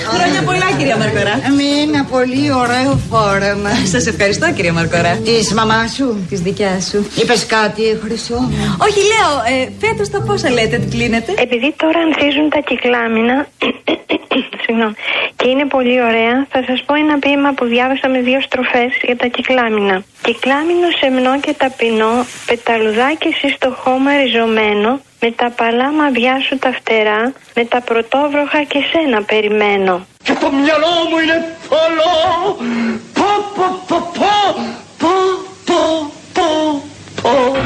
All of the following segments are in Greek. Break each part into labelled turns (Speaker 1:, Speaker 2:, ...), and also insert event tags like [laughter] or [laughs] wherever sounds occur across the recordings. Speaker 1: Χρόνια πολλά, κυρία Μαρκορά.
Speaker 2: Ε, Με ένα πολύ ωραίο φόρεμα.
Speaker 1: Σας ευχαριστώ, κυρία Μαρκορά.
Speaker 2: Της μαμάς σου.
Speaker 1: Της δικιάς σου.
Speaker 2: Είπες κάτι, χρυσό. μου.
Speaker 1: Όχι, λέω, ε, φέτος τα πόσα λέτε ότι κλείνετε.
Speaker 3: Ε,
Speaker 4: Επειδή τώρα ανθίζουν τα κυκλάμινα. [coughs] Συγγνώμη. Και είναι πολύ ωραία, θα σας πω ένα ποίημα που διάβασα με δύο στροφές για τα κυκλάμινα. Κυκλάμινο σεμνό και ταπεινό, πεταλουδάκι εσύ στο χώμα ριζωμένο, με τα παλά μαδιά σου τα φτερά, με τα πρωτόβροχα και σένα περιμένω.
Speaker 5: Και το μυαλό μου είναι θολό. Πω, πω, πω, πω, πω, πω, πω, πω.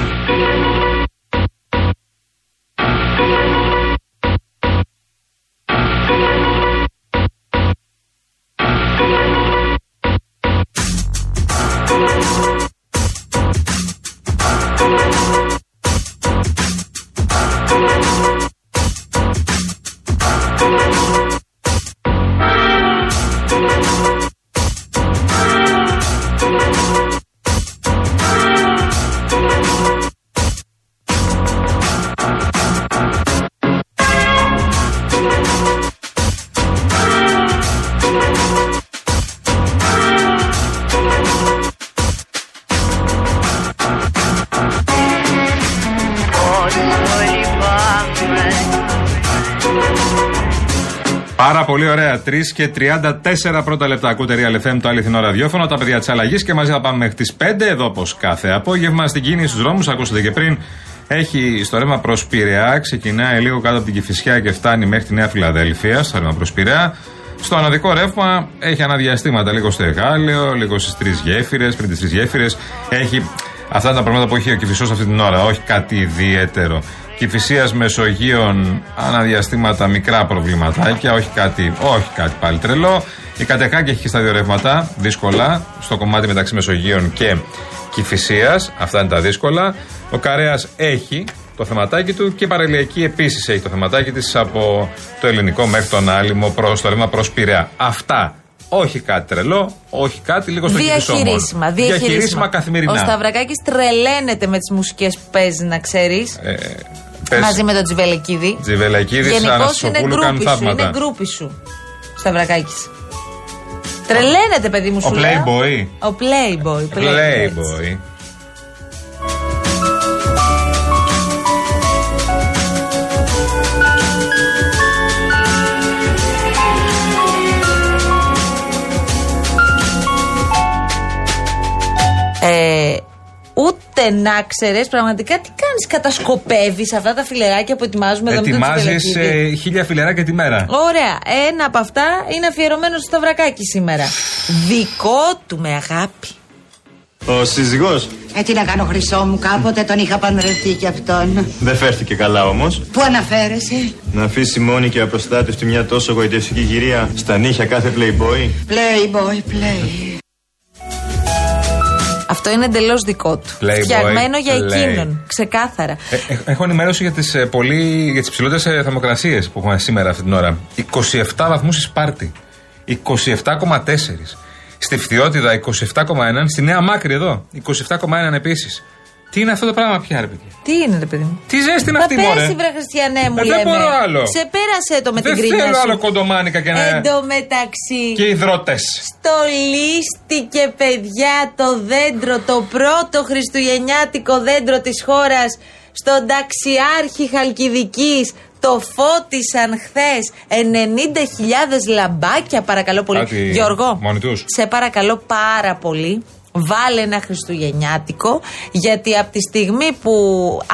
Speaker 3: Πάρα πολύ ωραία. 3 και 34 πρώτα λεπτά. Ακούτε Real FM, το αληθινό ραδιόφωνο, τα παιδιά της αλλαγής και μαζί θα πάμε μέχρι τις 5 εδώ όπως κάθε απόγευμα στην κίνηση στους δρόμους. Ακούσατε και πριν. Έχει στο ρεύμα προς Πειραιά, ξεκινάει λίγο κάτω από την Κυφυσιά και φτάνει μέχρι τη Νέα Φιλαδέλφια, στο ρεύμα προς Πειραιά. Στο αναδικό ρεύμα έχει αναδιαστήματα λίγο στο Εγάλεο, λίγο στις τρεις γέφυρες, πριν τις τρεις γέφυρες. Έχει αυτά τα πράγματα που έχει ο Κυφισός αυτή την ώρα, όχι κάτι ιδιαίτερο. Κυφυσίας Μεσογείων αναδιαστήματα μικρά προβληματάκια, όχι κάτι, όχι κάτι πάλι τρελό. Η Κατεχάκη έχει και στα δύο ρεύματα, δύσκολα, στο κομμάτι μεταξύ Μεσογείων και Κυφυσίας. Αυτά είναι τα δύσκολα. Ο Καρέας έχει το θεματάκι του και η Παραλιακή επίσης έχει το θεματάκι της από το ελληνικό μέχρι τον άλυμο προς το ρεύμα προς Πειραιά. Αυτά. Όχι κάτι τρελό, όχι κάτι λίγο στο Κυφισό μόνο.
Speaker 6: Διαχειρίσιμα,
Speaker 3: Διαχειρίσιμα καθημερινά.
Speaker 6: Ο Σταυρακάκης τρελαίνεται με τις μουσικές που παίζει, να ξέρεις.
Speaker 3: Ε, πες.
Speaker 6: Μαζί με τον Τζιβελεκίδη.
Speaker 3: Τζιβελακίδη,
Speaker 6: Γενικώς είναι
Speaker 3: Αναστοπούλου κάνουν
Speaker 6: γκρούπι σου. Είναι
Speaker 3: θαύματα.
Speaker 6: γκρούπι σου. Σταυρακάκης. Τρελαίνεται, παιδί μου,
Speaker 3: Ο
Speaker 6: σου λέω.
Speaker 3: Playboy.
Speaker 6: Ο Playboy.
Speaker 3: Playboy.
Speaker 6: Ε, ούτε να ξέρεις πραγματικά τι κάνεις. Κατασκοπεύεις αυτά τα φιλεράκια που ετοιμάζουμε εδώ με τον
Speaker 3: Ετοιμάζεις
Speaker 6: Τζιβελεκίδη.
Speaker 3: ε, χίλια φιλεράκια τη μέρα.
Speaker 6: Ωραία. Ένα από αυτά είναι αφιερωμένο στο Σταυρακάκη σήμερα. Δικό του με αγάπη.
Speaker 7: Ο σύζυγό
Speaker 2: Ε, τι να κάνω, χρυσό μου, κάποτε τον είχα παντρευτεί κι αυτόν.
Speaker 7: δεν φέρθηκε καλά όμως.
Speaker 2: Πού αναφέρεσαι,
Speaker 7: Να αφήσει μόνη και απροστάτευτη μια τόσο γοητευτική γυρία στα νύχια κάθε playboy.
Speaker 2: Playboy, play.
Speaker 6: Αυτό είναι εντελώς δικό του.
Speaker 3: Playboy,
Speaker 6: Φτιαγμένο για
Speaker 3: play.
Speaker 6: εκείνον. Ξεκάθαρα.
Speaker 3: Ε, ε, έχω ενημέρωση για τις, ε, πολύ- για τις ψηλότερες ε, θερμοκρασίες που έχουμε σήμερα αυτή την ώρα. 27 βαθμούς στη Σπάρτη. 27,4. Στη Φθιώτιδα 27,1. Στη Νέα Μάκρη εδώ 27,1 επίσης. Τι είναι αυτό το πράγμα πια, ρε παιδιά.
Speaker 6: Τι είναι, ρε παιδί μου.
Speaker 3: Τι ζέστη είναι
Speaker 6: Μα
Speaker 3: αυτή, μωρέ.
Speaker 6: πέρσι, βρε Χριστιανέ μου,
Speaker 3: Ε,
Speaker 6: λέμε.
Speaker 3: δεν μπορώ άλλο.
Speaker 6: Σε πέρασε το με
Speaker 3: Δεν
Speaker 6: την κρίνια
Speaker 3: θέλω
Speaker 6: σου.
Speaker 3: άλλο κοντομάνικα και να...
Speaker 6: Εν τω μεταξύ,
Speaker 3: Και υδρότες.
Speaker 6: στολίστηκε παιδιά το δέντρο, το πρώτο χριστουγεννιάτικο δέντρο της χώρας στον ταξιάρχη Χαλκιδικής. Το φώτισαν χθες 90.000 λαμπάκια, παρακαλώ πολύ.
Speaker 3: Κάτι
Speaker 6: Γιώργο,
Speaker 3: μόνοι τους.
Speaker 6: σε παρακαλώ πάρα πολύ. Βάλε ένα Χριστουγεννιάτικο, γιατί από τη στιγμή που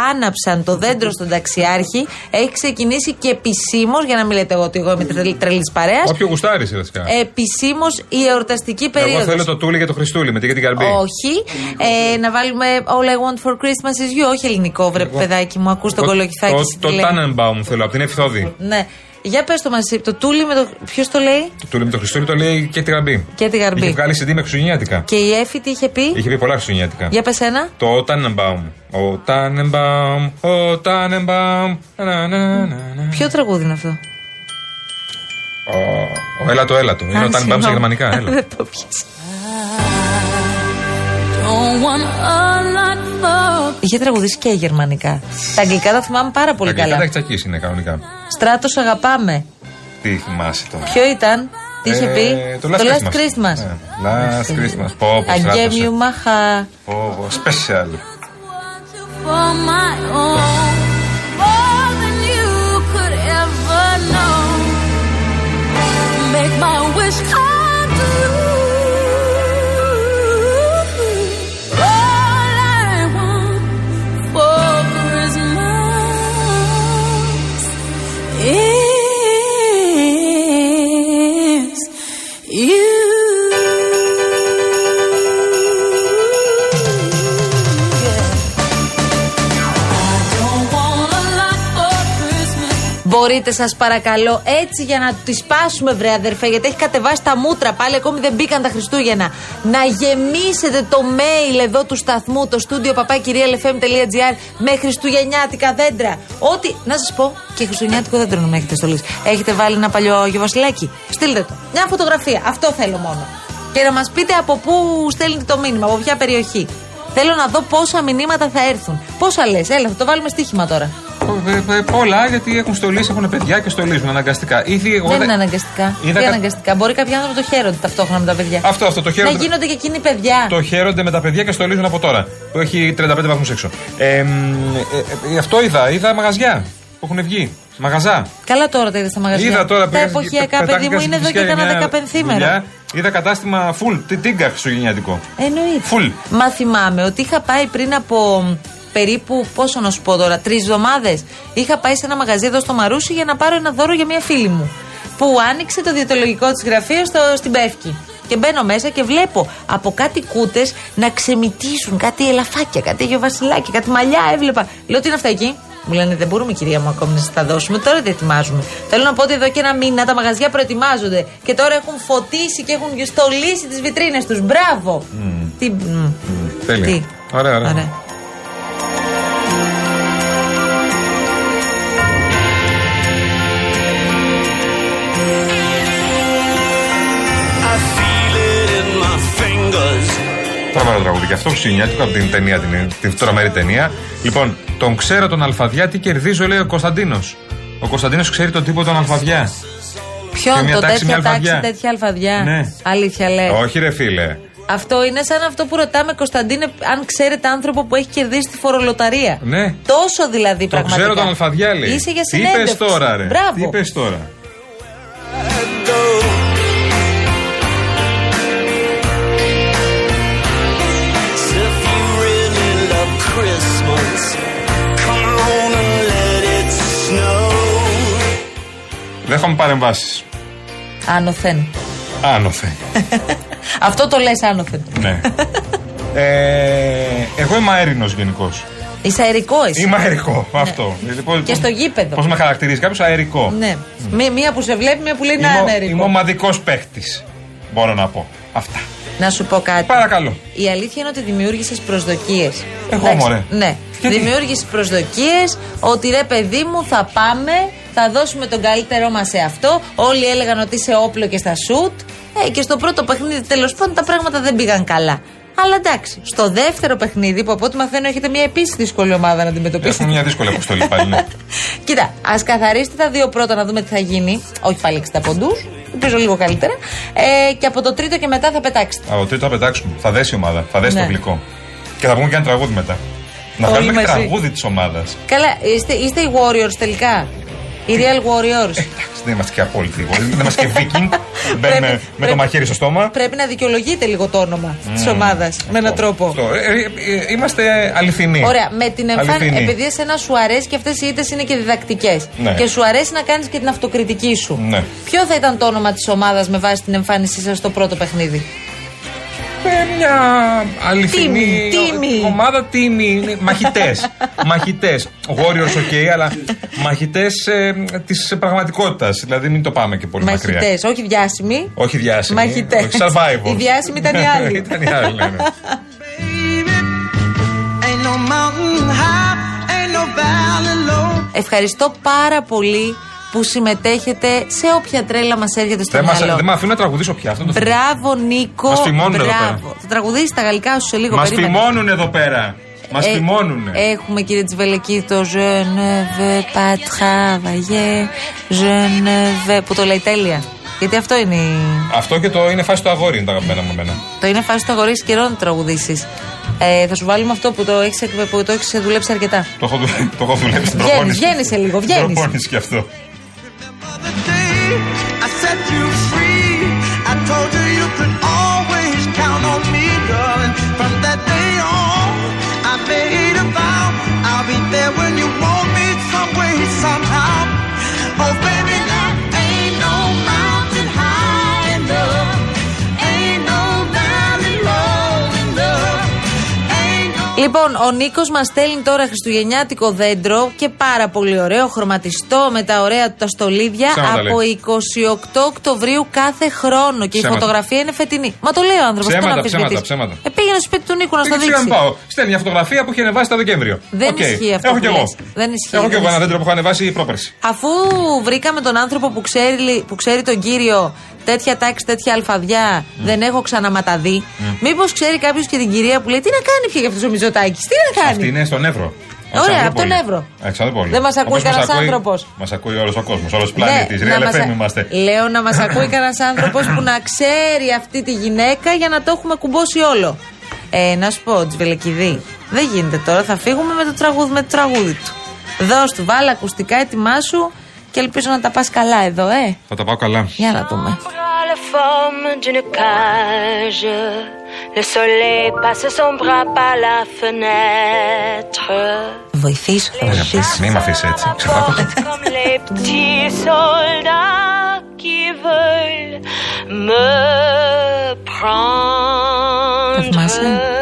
Speaker 6: άναψαν το δέντρο στον ταξιάρχη, έχει ξεκινήσει και επισήμως, για να μην λέτε εγώ ότι εγώ είμαι τρελ- τρελής παρέας,
Speaker 3: Όποιο γουστάρει, βασικά.
Speaker 6: Ε, Επισήμως η εορταστική περίοδο.
Speaker 3: Εγώ θέλω το τούλι και το Χριστούλι με την και την καρμπή.
Speaker 6: Όχι. Ε, να βάλουμε All I want for Christmas is you. Όχι ελληνικό, βρε παιδάκι μου. Ακούς τον
Speaker 3: Το-
Speaker 6: κολοκυθάκι
Speaker 3: το-
Speaker 6: σου τι
Speaker 3: Το
Speaker 6: λέει.
Speaker 3: Tannenbaum θέλω, από την Εφηθόδη.
Speaker 6: Ναι. Για πες το μαζί. Το τούλι με το. Ποιος το λέει?
Speaker 3: Το τούλι με το Χριστούλι το λέει και την καρμπή.
Speaker 6: Και την Γαρμπή.
Speaker 3: Είχε βγάλει CD με χριστουγεννιάτικα.
Speaker 6: Και η Εφη τι είχε πει.
Speaker 3: Είχε πει πολλά χριστουγεννιάτικα.
Speaker 6: Για πες ένα.
Speaker 3: Το Tannenbaum. Ο Tannenbaum, ο Tannenbaum. Να, να, να, να, να.
Speaker 6: Ποιο τραγούδι είναι αυτό.
Speaker 3: Ε, Ο- Ο Έλατο, Έλατο. Είναι
Speaker 6: Α,
Speaker 3: ο Tannenbaum
Speaker 6: συγγνώμη.
Speaker 3: στα γερμανικά.
Speaker 6: [laughs]
Speaker 3: έλα.
Speaker 6: Δεν το πιάσα.
Speaker 8: Don't want a lot for
Speaker 6: Είχε τραγουδήσει και γερμανικά. Τα αγγλικά τα θυμάμαι πάρα πολύ
Speaker 3: Τα αγγλικά τα
Speaker 6: καλά.
Speaker 3: έχει τσακίσει είναι κανονικά.
Speaker 6: Στράτος αγαπάμε.
Speaker 3: Τι θυμάσαι τώρα.
Speaker 6: Ποιο ήταν. Τι είχε πει?
Speaker 3: Ε, Το Last Christmas.
Speaker 6: Christmas.
Speaker 3: Ναι, Last Christmas. Πω, πω,
Speaker 6: I gave
Speaker 3: στράτωσε.
Speaker 6: you my heart.
Speaker 3: Πω, πω, special.
Speaker 8: For my own, more than you could ever know. Make my wish come true. All I want for Christmas is you. Yeah.
Speaker 6: Μπορείτε, σας παρακαλώ, έτσι για να τη σπάσουμε, βρε αδερφέ, γιατί έχει κατεβάσει τα μούτρα πάλι. Ακόμη δεν μπήκαν τα Χριστούγεννα. Να γεμίσετε το mail εδώ του σταθμού, το στούντιο παπάκυριαλεφm.gr με χριστουγεννιάτικα δέντρα. Ό,τι. Να σας πω, και χριστουγεννιάτικο δέντρο να μην έχετε στολίσει. Έχετε βάλει ένα παλιό γεβασιλάκι. Στείλτε το. Μια φωτογραφία. Αυτό θέλω μόνο. Και να μας πείτε από πού στέλνετε το μήνυμα, από ποια περιοχή. Θέλω να δω πόσα μηνύματα θα έρθουν. Πόσα λες, έλα, θα το βάλουμε στοίχημα τώρα.
Speaker 3: Ε, ε, Πολλά γιατί έχουν στολίσει, έχουν παιδιά και στολίζουν αναγκαστικά. Ήδη εγώ
Speaker 6: Δεν
Speaker 3: δεν-
Speaker 6: είναι αναγκαστικά.
Speaker 3: Είδα
Speaker 6: Τι
Speaker 3: κα-
Speaker 6: αναγκαστικά. Μπορεί κάποιοι άνθρωποι να το χαίρονται ταυτόχρονα με τα παιδιά.
Speaker 3: Αυτό, αυτό, το χαίρονται.
Speaker 6: Να γίνονται και εκείνοι παιδιά.
Speaker 3: Το χαίρονται με τα παιδιά και στολίζουν από τώρα. Που έχει 35 βαθμούς έξω. Ε, μ, ε, ε, αυτό είδα. Είδα μαγαζιά που έχουν βγει. Μαγαζά.
Speaker 6: Καλά τώρα τα είδα στα μαγαζιά.
Speaker 3: Είδα τώρα
Speaker 6: τα
Speaker 3: πήγα-
Speaker 6: εποχιακά,
Speaker 3: πετάχτηκα
Speaker 6: παιδί μου,
Speaker 3: στην
Speaker 6: είναι εδώ και
Speaker 3: Κυφισιά για
Speaker 6: κάνα
Speaker 3: μια δουλειά.
Speaker 6: δεκαπενθήμερα.
Speaker 3: Είδα κατάστημα full. Τι τίγκα χριστουγεννιάτικο.
Speaker 6: Εννοείται.
Speaker 3: Full.
Speaker 6: Μα θυμάμαι ότι είχα πάει πριν από μ, περίπου, πόσο να σου πω τώρα, τρεις εβδομάδες. Είχα πάει σε ένα μαγαζί εδώ στο Μαρούσι για να πάρω ένα δώρο για μια φίλη μου. Που άνοιξε το διαιτολογικό της γραφείο στο, στην Πεύκη. Και μπαίνω μέσα και βλέπω από κάτι κούτες να ξεμητήσουν κάτι ελαφάκια, κάτι αγιοβασιλάκια, κάτι μαλλιά. Έβλεπα. Λέω τι είναι αυτά εκεί. Μου λένε δεν μπορούμε κυρία μου ακόμη να σας τα δώσουμε. Τώρα δεν ετοιμάζουμε. Θέλω να πω ότι εδώ και ένα μήνα τα μαγαζιά προετοιμάζονται και τώρα έχουν φωτίσει και έχουν στολίσει τις βιτρίνες τους. Μπράβο! Τι. μ,
Speaker 3: Τέλεια.
Speaker 6: τι.
Speaker 3: Ωραία, ωραία.
Speaker 9: I feel it in my fingers.
Speaker 3: Τρομερό τραγούδι και αυτό χριστουγεννιάτικο από την ταινία, την, την τρομερή ταινία. Λοιπόν, τον ξέρω τον Αλφαδιά, τι κερδίζω, λέει ο Κωνσταντίνος. Ο Κωνσταντίνος ξέρει τον τύπο τον Αλφαδιά. Και
Speaker 6: Ποιον
Speaker 3: μια
Speaker 6: το
Speaker 3: τάξη, μια
Speaker 6: τέτοια τάξη,
Speaker 3: αλφαδιά.
Speaker 6: τέτοια αλφαδιά.
Speaker 3: Ναι.
Speaker 6: Αλήθεια λέει.
Speaker 3: Όχι, ρε φίλε.
Speaker 6: Αυτό είναι σαν αυτό που ρωτάμε, Κωνσταντίνε, αν ξέρετε άνθρωπο που έχει κερδίσει τη φορολοταρία.
Speaker 3: Ναι.
Speaker 6: Τόσο δηλαδή
Speaker 3: Το
Speaker 6: πραγματικά.
Speaker 3: ξέρω τον Αλφαδιά, λέει.
Speaker 6: Είσαι για
Speaker 3: Τι είπες
Speaker 6: συνέντευξη.
Speaker 3: τώρα, ρε.
Speaker 6: Μπράβο.
Speaker 3: Τι είπες τώρα.
Speaker 9: If you really love Christmas, come on and let it snow.
Speaker 3: Δέχομαι παρεμβάσεις.
Speaker 6: Άνωθεν. [laughs]
Speaker 3: Άνοθε.
Speaker 6: Αυτό το λες άνωθεν. [laughs]
Speaker 3: ναι. Ε, εγώ είμαι αέρινος γενικώς.
Speaker 6: Είσαι αερικό εσύ.
Speaker 3: Είμαι αερικό. Αυτό.
Speaker 6: Ναι. Και στο γήπεδο.
Speaker 3: Πώς με χαρακτηρίζει κάποιος αερικό.
Speaker 6: Ναι. Μία- Μία που σε βλέπει, μία που λέει να
Speaker 3: Είμαι,
Speaker 6: είναι
Speaker 3: ο-
Speaker 6: αερικό.
Speaker 3: είμαι ομαδικός παίχτης. Μπορώ να πω. Αυτά.
Speaker 6: Να σου πω κάτι.
Speaker 3: Παρακαλώ.
Speaker 6: Η αλήθεια είναι ότι δημιούργησες προσδοκίες.
Speaker 3: Εγώ, μωρέ.
Speaker 6: Ναι.
Speaker 3: Γιατί?
Speaker 6: Δημιούργησες προσδοκίες ότι ρε παιδί μου θα πάμε, θα δώσουμε τον καλύτερό μας σε αυτό. Όλοι έλεγαν ότι είσαι όπλο και στα σουτ. Ε, και στο πρώτο παιχνίδι τέλος πάντων τα πράγματα δεν πήγαν καλά. Αλλά εντάξει, στο δεύτερο παιχνίδι που από ό,τι μαθαίνω έχετε μια επίσης δύσκολη ομάδα να αντιμετωπίσετε.
Speaker 3: Έχουμε μια δύσκολη
Speaker 6: [laughs]
Speaker 3: αποστολή πάλι. Ναι.
Speaker 6: Κοίτα, ας καθαρίσετε τα δύο πρώτα να δούμε τι θα γίνει. Όχι πάλι 60 ποντού. Ελπίζω λίγο καλύτερα. Ε, και από το τρίτο και μετά θα πετάξετε.
Speaker 3: Από το τρίτο θα πετάξουμε. Θα δέσει η ομάδα. Θα δέσει
Speaker 6: Ναι.
Speaker 3: το γλυκό. Και θα πούμε και ένα τραγούδι μετά. Να
Speaker 6: Όλοι
Speaker 3: κάνουμε και
Speaker 6: μαζί.
Speaker 3: τραγούδι της ομάδας.
Speaker 6: Καλά, είστε, είστε οι Warriors τελικά. Οι Real
Speaker 3: [laughs]
Speaker 6: Warriors.
Speaker 3: Εντάξει, δεν είμαστε και απόλυτοι. εγώ. Δεν είμαστε και
Speaker 6: [laughs]
Speaker 3: Viking. Μπαίνουμε
Speaker 6: Πρέπει-
Speaker 3: με το
Speaker 6: πρέπει-
Speaker 3: μαχαίρι στο στόμα.
Speaker 6: Πρέπει να δικαιολογείτε λίγο το όνομα της ομάδας με έναν
Speaker 3: Αυτό,
Speaker 6: τρόπο.
Speaker 3: αυτό. Ναι. Ε, ε, ε, είμαστε αληθινοί.
Speaker 6: Ωραία, με την εμφάνιση.
Speaker 3: Αληθινοί.
Speaker 6: Επειδή εσένα σου αρέσει και αυτές οι ήττες είναι και διδακτικές.
Speaker 3: Ναι.
Speaker 6: Και σου αρέσει να κάνεις και την αυτοκριτική σου.
Speaker 3: Ναι.
Speaker 6: Ποιο θα ήταν το όνομα της ομάδας με βάση την εμφάνισή σας στο πρώτο παιχνίδι.
Speaker 3: Ε, μια αληθινή
Speaker 6: Τίμη, τίμη.
Speaker 3: ομάδα τίμη. Μαχητές.
Speaker 6: [laughs]
Speaker 3: Μαχητές. Γόριο, οκ, αλλά μαχητές της πραγματικότητας. Δηλαδή, μην το πάμε και πολύ μακριά.
Speaker 6: Μαχητές, όχι διάσημοι.
Speaker 3: Όχι διάσημοι.
Speaker 6: Μαχητές.
Speaker 3: όχι survivors.
Speaker 6: Οι διάσημοι ήταν οι άλλοι.
Speaker 3: ήταν οι άλλοι, ναι,
Speaker 6: [laughs]
Speaker 3: ναι.
Speaker 9: Ain't no mountain high, ain't no valley low.
Speaker 6: Ευχαριστώ πάρα πολύ που συμμετέχετε σε όποια τρέλα μας έρχεται στο
Speaker 3: Δεν μας-
Speaker 6: μυαλό.
Speaker 3: Δεν με αφήνω να τραγουδήσω πια αυτό. το θέμα.
Speaker 6: Μπράβο, Νίκο.
Speaker 3: Μας φημώνουν εδώ
Speaker 6: Μπράβο.
Speaker 3: πέρα.
Speaker 6: Θα τραγουδήσει τα γαλλικά σου σε λίγο
Speaker 3: Μας
Speaker 6: περίμενε.
Speaker 3: φημώνουν εδώ πέρα. Μας
Speaker 6: Ε,
Speaker 3: φημώνουν.
Speaker 6: Έχουμε κύριε Τσβελεκή το Je ne veux pas travailler. Je ne veux. που το λέει τέλεια. Γιατί αυτό είναι. η-
Speaker 3: Αυτό και το είναι φάση το αγόρι είναι τα αγαπημένα μου εμένα.
Speaker 6: Το είναι φάση του αγορή καιρό να τραγουδήσεις. Ε, θα σου βάλουμε αυτό που το έχεις που το έχεις δουλέψει αρκετά.
Speaker 3: Το έχω, δου- το έχω δουλέψει στην
Speaker 6: Βγαίνει-
Speaker 3: προπόνηση.
Speaker 6: βγαίνεις σε λίγο, βγαίνεις.
Speaker 3: Στην προπόνηση και αυτό.
Speaker 9: The day I set you free, I told you you could always count on me, darling. From that day on, I made a vow I'll be there when you want me, some way, somehow. Oh, baby, there ain't no mountain high enough, ain't no valley low enough, ain't no.
Speaker 6: Λοιπόν, ο Νίκος μας στέλνει τώρα χριστουγεννιάτικο δέντρο και πάρα πολύ ωραίο, χρωματιστό με τα ωραία του τα στολίδια
Speaker 3: Ψέματα
Speaker 6: από
Speaker 3: λέει.
Speaker 6: 28 Οκτωβρίου κάθε χρόνο. Και η
Speaker 3: Ψέματα.
Speaker 6: φωτογραφία είναι φετινή. Μα το λέει ο άνθρωπος.
Speaker 3: Ψέματα, ψέματα, ψέματα.
Speaker 6: Ε, πήγαινε στο σπίτι του Νίκου να στο
Speaker 3: Δεν ξέρω αν
Speaker 6: δείξει.
Speaker 3: πάω. Στέλνει μια φωτογραφία που είχε ανεβάσει το Δεκέμβριο.
Speaker 6: Δεν
Speaker 3: Οκ.
Speaker 6: ισχύει αυτό
Speaker 3: Έχω
Speaker 6: που
Speaker 3: κι εγώ.
Speaker 6: λες. Δεν ισχύει,
Speaker 3: Έχω κι
Speaker 6: δεν
Speaker 3: εγώ ένα
Speaker 6: ισχύει.
Speaker 3: δέντρο που έχω ανεβάσει η πρόπερση.
Speaker 6: Αφού βρήκαμε τον άνθρωπο που ξέρει, που ξέρει τον κύριο τέτοια τάξη, τέτοια αλφαδιά,
Speaker 3: Ναι.
Speaker 6: δεν έχω ξαναματαδεί. Μήπως ξέρει κάποιος και την κυρία που λέει Τι να κάνει πια για αυτός ο Μητσοτάκη, τι να
Speaker 3: Αυτή
Speaker 6: κάνει.
Speaker 3: είναι στον Εύρο.
Speaker 6: Ωραία, από τον Εύρο. Δεν μας ακούει κανένας άνθρωπος.
Speaker 3: Μας ακούει όλος ο κόσμος, όλος ο
Speaker 6: Ναι,
Speaker 3: πλανήτης.
Speaker 6: να
Speaker 3: Real
Speaker 6: μας α-
Speaker 3: FM είμαστε.
Speaker 6: Λέω να μας
Speaker 3: [laughs]
Speaker 6: ακούει κανένας άνθρωπος που να ξέρει αυτή τη γυναίκα για να το έχουμε κουμπώσει όλο. Ε, να σου πω, Τζβελεκιδή, δεν γίνεται τώρα. Θα φύγουμε με το τραγούδι, με το τραγούδι του. Δώσ' του, βάλε ακουστικά έτοιμά σου και ελπίζω να τα πας καλά εδώ, ε.
Speaker 3: Θα τα πάω καλά.
Speaker 6: Για να δούμε.
Speaker 8: prend la forme d'une cage. Le soleil passe son bras par la fenêtre.
Speaker 6: Βοηθήσω, θα βοηθήσω.
Speaker 3: Μην με αφήσεις έτσι. Ξεβάκωτε.
Speaker 8: [laughs] Comme les petits soldats qui veulent me
Speaker 6: Θαυμάσαι.
Speaker 8: prendre.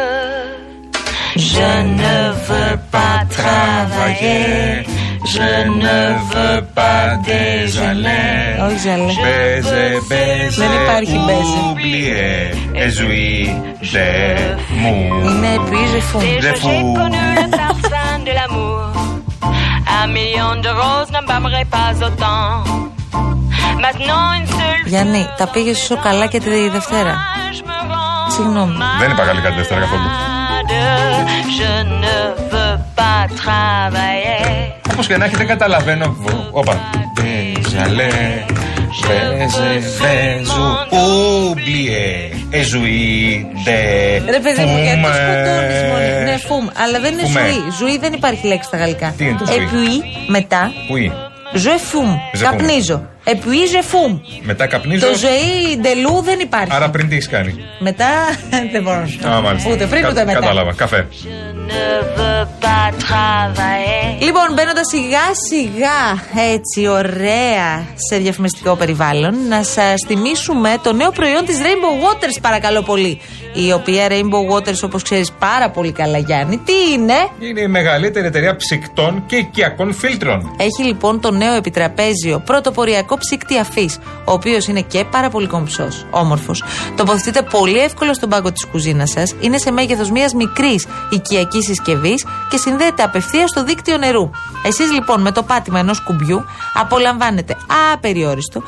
Speaker 8: Je ne veux pas
Speaker 6: ε.
Speaker 8: travailler. Je ne veux pas déjeuner.
Speaker 6: Όχι, ζαλέ.
Speaker 3: Μπέζε, μπέζε.
Speaker 6: Δεν υπάρχει μπέζε.
Speaker 3: Oublié, εζουί, δε μου.
Speaker 6: Είναι επίση
Speaker 8: Déjà
Speaker 3: Bref,
Speaker 8: j'ai
Speaker 3: ou-
Speaker 8: connu le Tarzan de l'amour. Un million de roses n'embaumerait pas autant. Maintenant une seule.
Speaker 6: Γιάννη, τα πήγες σου καλά και τη Δευτέρα.
Speaker 8: Je me rends
Speaker 6: Συγγνώμη.
Speaker 3: Δεν είπα γαλλικά τη Δευτέρα καθόλου.
Speaker 8: malade. Je ne veux pas travailler.
Speaker 3: Όπως και να έχει, δεν καταλαβαίνω. Όπα. Μπέζαλε, μπέζε, μπέζου. Oublié, εζουί, ε, δε.
Speaker 6: Ρε παιδί μου, γιατί
Speaker 3: φουμ,
Speaker 6: σκοτώνει μόνο. Ναι, φουμ. Αλλά δεν είναι
Speaker 3: Φουμέ.
Speaker 6: ζωή. Ζωή δεν υπάρχει λέξη στα γαλλικά.
Speaker 3: Τι είναι το ζωή?
Speaker 6: Επουί, μετά.
Speaker 3: Πού είναι.
Speaker 6: Je fume.
Speaker 3: Je
Speaker 6: Καπνίζω. Επουί, je fume.
Speaker 3: Μετά καπνίζω.
Speaker 6: Το ζωή ντελού δεν υπάρχει.
Speaker 3: Άρα πριν τι έχεις κάνει.
Speaker 6: Μετά [laughs] δεν μπορώ να σου
Speaker 3: Α,
Speaker 6: πω.
Speaker 3: μάλιστα.
Speaker 6: Ούτε πριν
Speaker 3: Κα-
Speaker 6: ούτε μετά.
Speaker 3: Κατάλαβα. Καφέ.
Speaker 8: Ne veux pas travailler.
Speaker 6: Λοιπόν, μπαίνοντας σιγά σιγά έτσι ωραία σε διαφημιστικό περιβάλλον, να σας θυμίσουμε το νέο προϊόν της Rainbow Waters, παρακαλώ πολύ. Η οποία Rainbow Waters, όπως ξέρεις πάρα πολύ καλά, Γιάννη, τι είναι.
Speaker 3: Είναι η μεγαλύτερη εταιρεία ψυκτών και οικιακών φίλτρων.
Speaker 6: Έχει λοιπόν το νέο επιτραπέζιο πρωτοποριακό ψύκτη αφής, ο οποίος είναι και πάρα πολύ κομψός, όμορφος. Τοποθετείται πολύ εύκολα στον πάγκο της κουζίνας σας, είναι σε μέγεθος μιας μικρής οικιακής συσκευής και συνδέεται απευθείας στο δίκτυο νερού. Εσείς λοιπόν με το πάτημα ενός κουμπιού απολαμβάνετε απεριόριστο,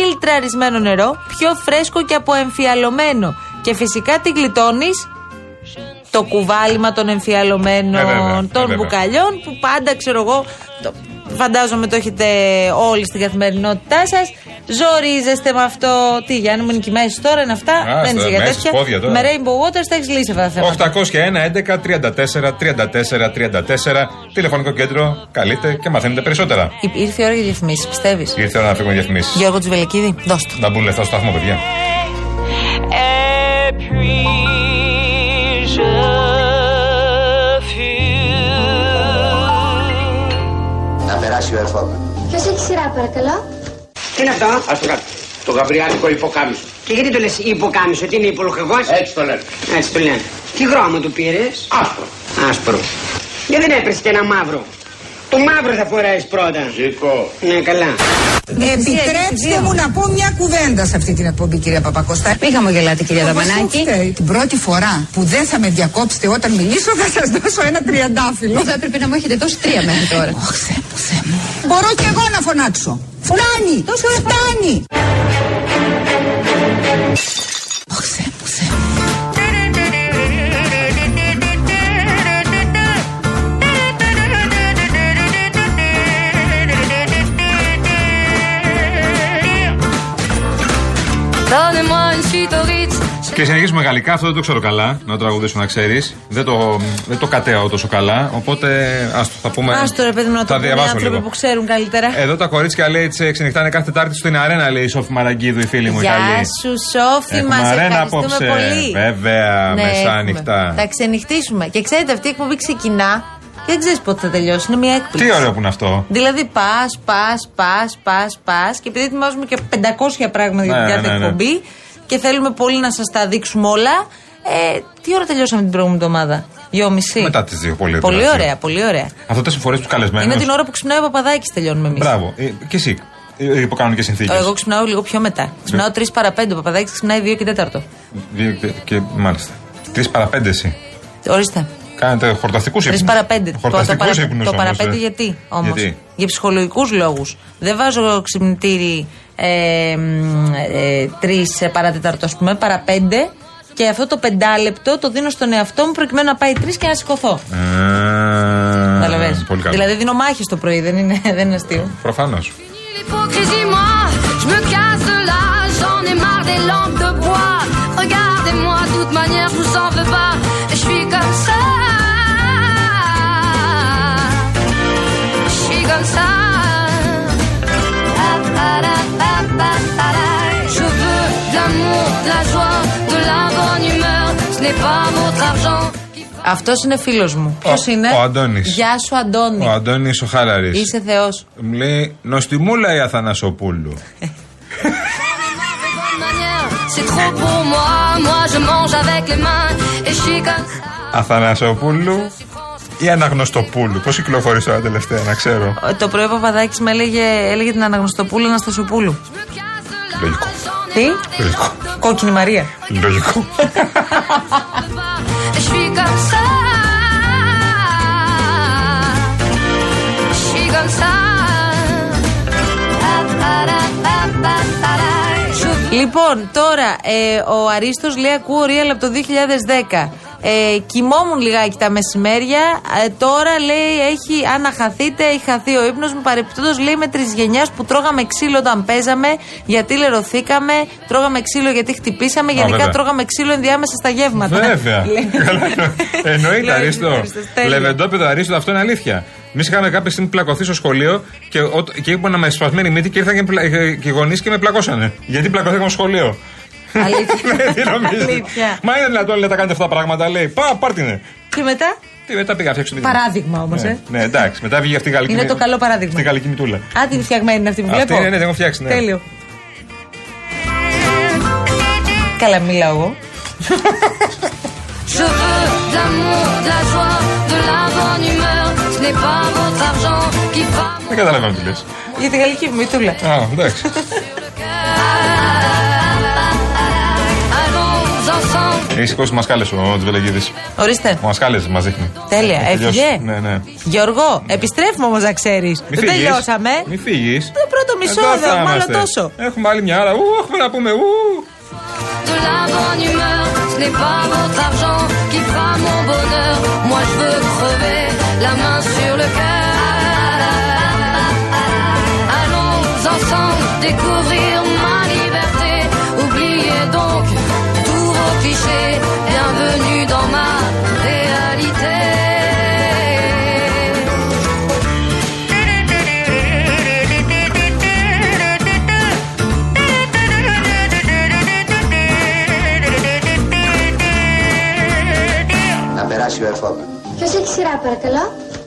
Speaker 6: φιλτραρισμένο νερό, πιο φρέσκο και αποεμφιαλωμένο. Και φυσικά τη γλιτώνεις το κουβάλιμα των εμφιαλωμένων,
Speaker 3: Ε, βέβαια, ε,
Speaker 6: των
Speaker 3: βέβαια.
Speaker 6: μπουκαλιών που πάντα ξέρω εγώ. Το, φαντάζομαι το έχετε όλοι στην καθημερινότητά σας. Ζορίζεστε με αυτό. Τι Γιάννη, μου νοικιάζει τώρα είναι αυτά.
Speaker 3: Α,
Speaker 6: δεν
Speaker 3: στα
Speaker 6: είναι για
Speaker 3: μέσα,
Speaker 6: τέτοια.
Speaker 3: πόδια τώρα.
Speaker 6: Με Rainbow Waters τα έχεις λύσει αυτά τα θέματα.
Speaker 3: 801-11-34-34-34. Τηλεφωνικό κέντρο. Καλείτε και μαθαίνετε περισσότερα.
Speaker 6: Ή- Ήρθε η ώρα για διαφημίσεις, πιστεύεις.
Speaker 3: Ήρθε η ώρα να φύγουμε διαφημίσεις.
Speaker 6: Γιώργο Τζουβελεκίδη, δώσ' το.
Speaker 3: Να μπουν λεφτά στο σταθμό, παιδιά.
Speaker 8: Et puis je fuis.
Speaker 10: Ποιος έχει σειρά, παρακαλώ.
Speaker 2: Τι είναι αυτό,
Speaker 5: Ας το κάνω. Το γαμπριάτικο υποκάμισο.
Speaker 2: και γιατί το λες υποκάμισο, ότι είναι υπολογικό.
Speaker 5: Έτσι το λένε.
Speaker 2: Έτσι το λένε. Τι χρώμα του πήρες,
Speaker 5: Άσπρο.
Speaker 2: άσπρο. Γιατί δεν έπρεσε και ένα μαύρο. Το μαύρο θα φοράεις πρώτα.
Speaker 5: Ζήκο.
Speaker 2: Ναι, καλά.
Speaker 6: Επιτρέψτε μου
Speaker 2: να πω μια κουβέντα σε αυτή την εκπομπή, κυρία Παπακοστά.
Speaker 1: Μη χαμογελάτε, κυρία Δαμανάκη.
Speaker 2: Την πρώτη φορά που δεν θα με διακόψετε όταν μιλήσω, θα σας δώσω ένα τριαντάφυλλο.
Speaker 1: Θα έπρεπε να μου έχετε δώσει τρία μέχρι τώρα.
Speaker 2: Όχι, Θεέ μου, Θεέ μου. Μπορώ κι εγώ να φωνάξω. Φτάνει! Τόσο φτάνει! Όχι, Θεέ μου, Θεέ μου.
Speaker 8: Donnez-moi une suite au Ritz.
Speaker 3: Και συνεχίζουμε γαλλικά, αυτό δεν το ξέρω καλά. Να το τραγουδήσω να ξέρεις. Δεν το, δεν το κατέω τόσο καλά. Οπότε ας το θα πούμε.
Speaker 6: Άστο ρε παιδί μου να
Speaker 3: θα
Speaker 6: το πούνε οι
Speaker 3: διαβάσω
Speaker 6: άνθρωποι
Speaker 3: λίγο.
Speaker 6: που ξέρουν καλύτερα.
Speaker 3: Εδώ τα κορίτσια λέει σε ξενυχτάνε κάθε Τετάρτη στην αρένα, λέει η Σόφη Μαραγκίδου, η φίλη μου η
Speaker 6: Γεια
Speaker 3: καλή.
Speaker 6: σου, Σόφη,
Speaker 3: Έχουμε
Speaker 6: μας
Speaker 3: αρένα
Speaker 6: ευχαριστούμε
Speaker 3: απόψε.
Speaker 6: πολύ. Ναι,
Speaker 3: Βέβαια, μεσάνυχτα.
Speaker 6: έχουμε. Θα ξενυχτήσουμε. Και ξέρετε, αυτή η εκπομπή ξεκινά και δεν ξέρεις πότε θα τελειώσει. Είναι μια έκπληξη.
Speaker 3: Τι ωραίο που είναι αυτό.
Speaker 6: Δηλαδή, πας, πας, πας, πας, πας. Και επειδή ετοιμάζουμε και 500 πράγματα για
Speaker 3: Ναι,
Speaker 6: την κάθε
Speaker 3: ναι, ναι.
Speaker 6: εκπομπή και θέλουμε πολύ να σας τα δείξουμε όλα. Ε, τι ώρα τελειώσαμε την προηγούμενη εβδομάδα, Δυόμιση.
Speaker 3: Μετά τις δύο, πολύ
Speaker 6: Πολύ
Speaker 3: ωραία.
Speaker 6: ωραία, πολύ ωραία.
Speaker 3: Αυτό τέσσερις φορές που καλεσμένο.
Speaker 6: Είναι την ώρα που ξυπνάει ο παπαδάκι, τελειώνουμε εμείς.
Speaker 3: Μπράβο. Ε, και εσύ. Ε, Υπό κανονικέ συνθήκες.
Speaker 6: Εγώ ξυπνάω λίγο πιο μετά.
Speaker 3: Ναι.
Speaker 6: Ξυπνάω 3 παρα 5, ο παπαδάκι ξυπνάει 2 και 4.
Speaker 3: Και, και, μάλιστα. Τρεις παραπέντε εσύ. Ε,
Speaker 6: Ορίστε.
Speaker 3: Κάνετε χορταστικούς ύπνου.
Speaker 6: Τρει παραπέντε. Το, το,
Speaker 3: Χορταστικούς
Speaker 6: παρα-
Speaker 3: ύπνου.
Speaker 6: το παραπέντε γιατί όμως.
Speaker 3: ε. Γιατί?
Speaker 6: Για ψυχολογικούς λόγους. Δεν βάζω ξυπνητήρι ε, μ, ε, τρεις ε, παρατέταρτο, ας πούμε, παραπέντε. Και αυτό το πεντάλεπτο το δίνω στον εαυτό μου προκειμένου να πάει τρεις και να σηκωθώ. Καταλαβαίνεις.
Speaker 3: Ε, Πολύ καλό.
Speaker 6: Δηλαδή δίνω μάχες το πρωί, δεν είναι, [laughs] δεν είναι αστείο.
Speaker 3: Προφανώς.
Speaker 8: L'hypocrisie, moi, je me casse de là, j'en ai marre des lampes de bois. Regardez-moi, de toute manière, je vous en veux pas, je suis comme ça. Je suis comme ça. Je veux de l'amour, de la joie, de la bonne humeur, ce n'est pas votre argent.
Speaker 6: Αυτός είναι φίλος μου. Ποιο
Speaker 3: Ο-
Speaker 6: είναι.
Speaker 3: ο Αντώνης.
Speaker 6: Γεια σου, Αντώνη.
Speaker 3: Ο Αντώνης ο Χάλαρης.
Speaker 6: Είσαι Θεός.
Speaker 3: Μου λέει Νοστιμούλα η Αθανασοπούλου.
Speaker 8: Bonne manière, C'est trop pour moi, moi je mange avec les mains et je suis comme ça.
Speaker 3: Αθανασοπούλου ή Αναγνωστοπούλου. Πώς κυκλοφορεί τώρα τελευταία, να ξέρω.
Speaker 6: Ε, Το πρωί ο Παπαδάκης με έλεγε, έλεγε την Αναγνωστοπούλου Αναστασοπούλου.
Speaker 3: Λογικό.
Speaker 6: Τι?
Speaker 3: Λογικό.
Speaker 6: Κόκκινη Μαρία.
Speaker 3: Λογικό.
Speaker 8: Je suis comme ça. Je suis comme ça. Je veux
Speaker 6: Λοιπόν, τώρα ε, ο Αρίστος λέει: Ακούω real από το 2010. Ε, κοιμόμουν λιγάκι τα μεσημέρια. Ε, τώρα λέει: έχει, Αν αχαθείτε, έχει χαθεί ο ύπνος μου. Παρεπιπτόντως λέει: με τρεις γενιάς που τρώγαμε ξύλο όταν παίζαμε, γιατί λερωθήκαμε. Τρώγαμε ξύλο γιατί χτυπήσαμε. γενικά
Speaker 3: βέβαια.
Speaker 6: τρώγαμε ξύλο ενδιάμεσα στα γεύματα.
Speaker 3: Βέβαια.
Speaker 6: [laughs] Λέει.
Speaker 3: Καλά, [laughs] Εννοείται
Speaker 6: Λέει,
Speaker 3: αρίστο.
Speaker 6: Αρίστος, τέλεια.
Speaker 3: Λεβεντόπεδο αρίστο, αυτό είναι αλήθεια. Εμεί είχαμε κάποια στιγμή πλακωθεί στο σχολείο και, ό, και ήμουν με σπασμένη μύτη και ήρθαν και, πλα- ε, και οι γονείς και με πλακώσανε. Γιατί πλακωθήκαμε στο σχολείο.
Speaker 6: Αλήθεια.
Speaker 3: [laughs] Ναι, τι νομίζετε.
Speaker 6: Αλήθεια.
Speaker 3: Μα είναι δυνατόν λέει, να τα κάνετε αυτά τα πράγματα, λέει. Πά, πάρτινε.
Speaker 6: Και μετά,
Speaker 3: Τι μετά πήγα, φτιάξω την
Speaker 6: παράδειγμα όμως,
Speaker 3: Ναι,
Speaker 6: ε.
Speaker 3: ναι, εντάξει. Μετά βγήκε αυτή η γαλλική.
Speaker 6: Είναι
Speaker 3: μυ-
Speaker 6: το καλό παράδειγμα.
Speaker 3: Αυτή η γαλλική μητούλα.
Speaker 6: Α, την φτιαγμένη είναι αυτή που
Speaker 3: Αυτή
Speaker 6: βλέπω.
Speaker 3: είναι, ναι, την έχω φτιάξει, ναι.
Speaker 6: Τέλειο. Καλά, μιλάω εγώ.
Speaker 8: Je veux de l'amour, de la joie, de la bonne humeur. Ce n'est pas votre argent qui va mon
Speaker 3: Δεν καταλαβαίνω τι λες.
Speaker 6: Για τη γαλλική μητούλα.
Speaker 3: Α, εντάξει.
Speaker 8: cœur. Allons ensemble.
Speaker 3: Έχει σηκώσει τη μασκάλε ο Τζβελεγίδη.
Speaker 6: Ορίστε.
Speaker 3: Ο μασκάλες μας δείχνει.
Speaker 6: Τέλεια.
Speaker 3: Έχει τελειώσει.
Speaker 6: Έφυγε.
Speaker 3: Ναι, ναι.
Speaker 6: Γιώργο, επιστρέφουμε όμως να ξέρεις.
Speaker 3: Μη
Speaker 6: Δεν
Speaker 3: φύγεις.
Speaker 6: τελειώσαμε.
Speaker 3: Μη φύγεις.
Speaker 6: Το πρώτο μισό, δε, μάλλον τόσο.
Speaker 3: Έχουμε άλλη μια ώρα. Ου, έχουμε να πούμε. Ου.
Speaker 8: de la bonne humeur. Ce n'est pas votre argent qui fera mon bonheur. Moi, je veux crever la main sur le cœur. Allons ensemble découvrir ma liberté. Oubliez donc tous vos clichés. Bienvenue dans ma réalité.
Speaker 10: Να περάσει ο εφόπλο.
Speaker 11: Ποιος έχει σειρά, παρακαλώ.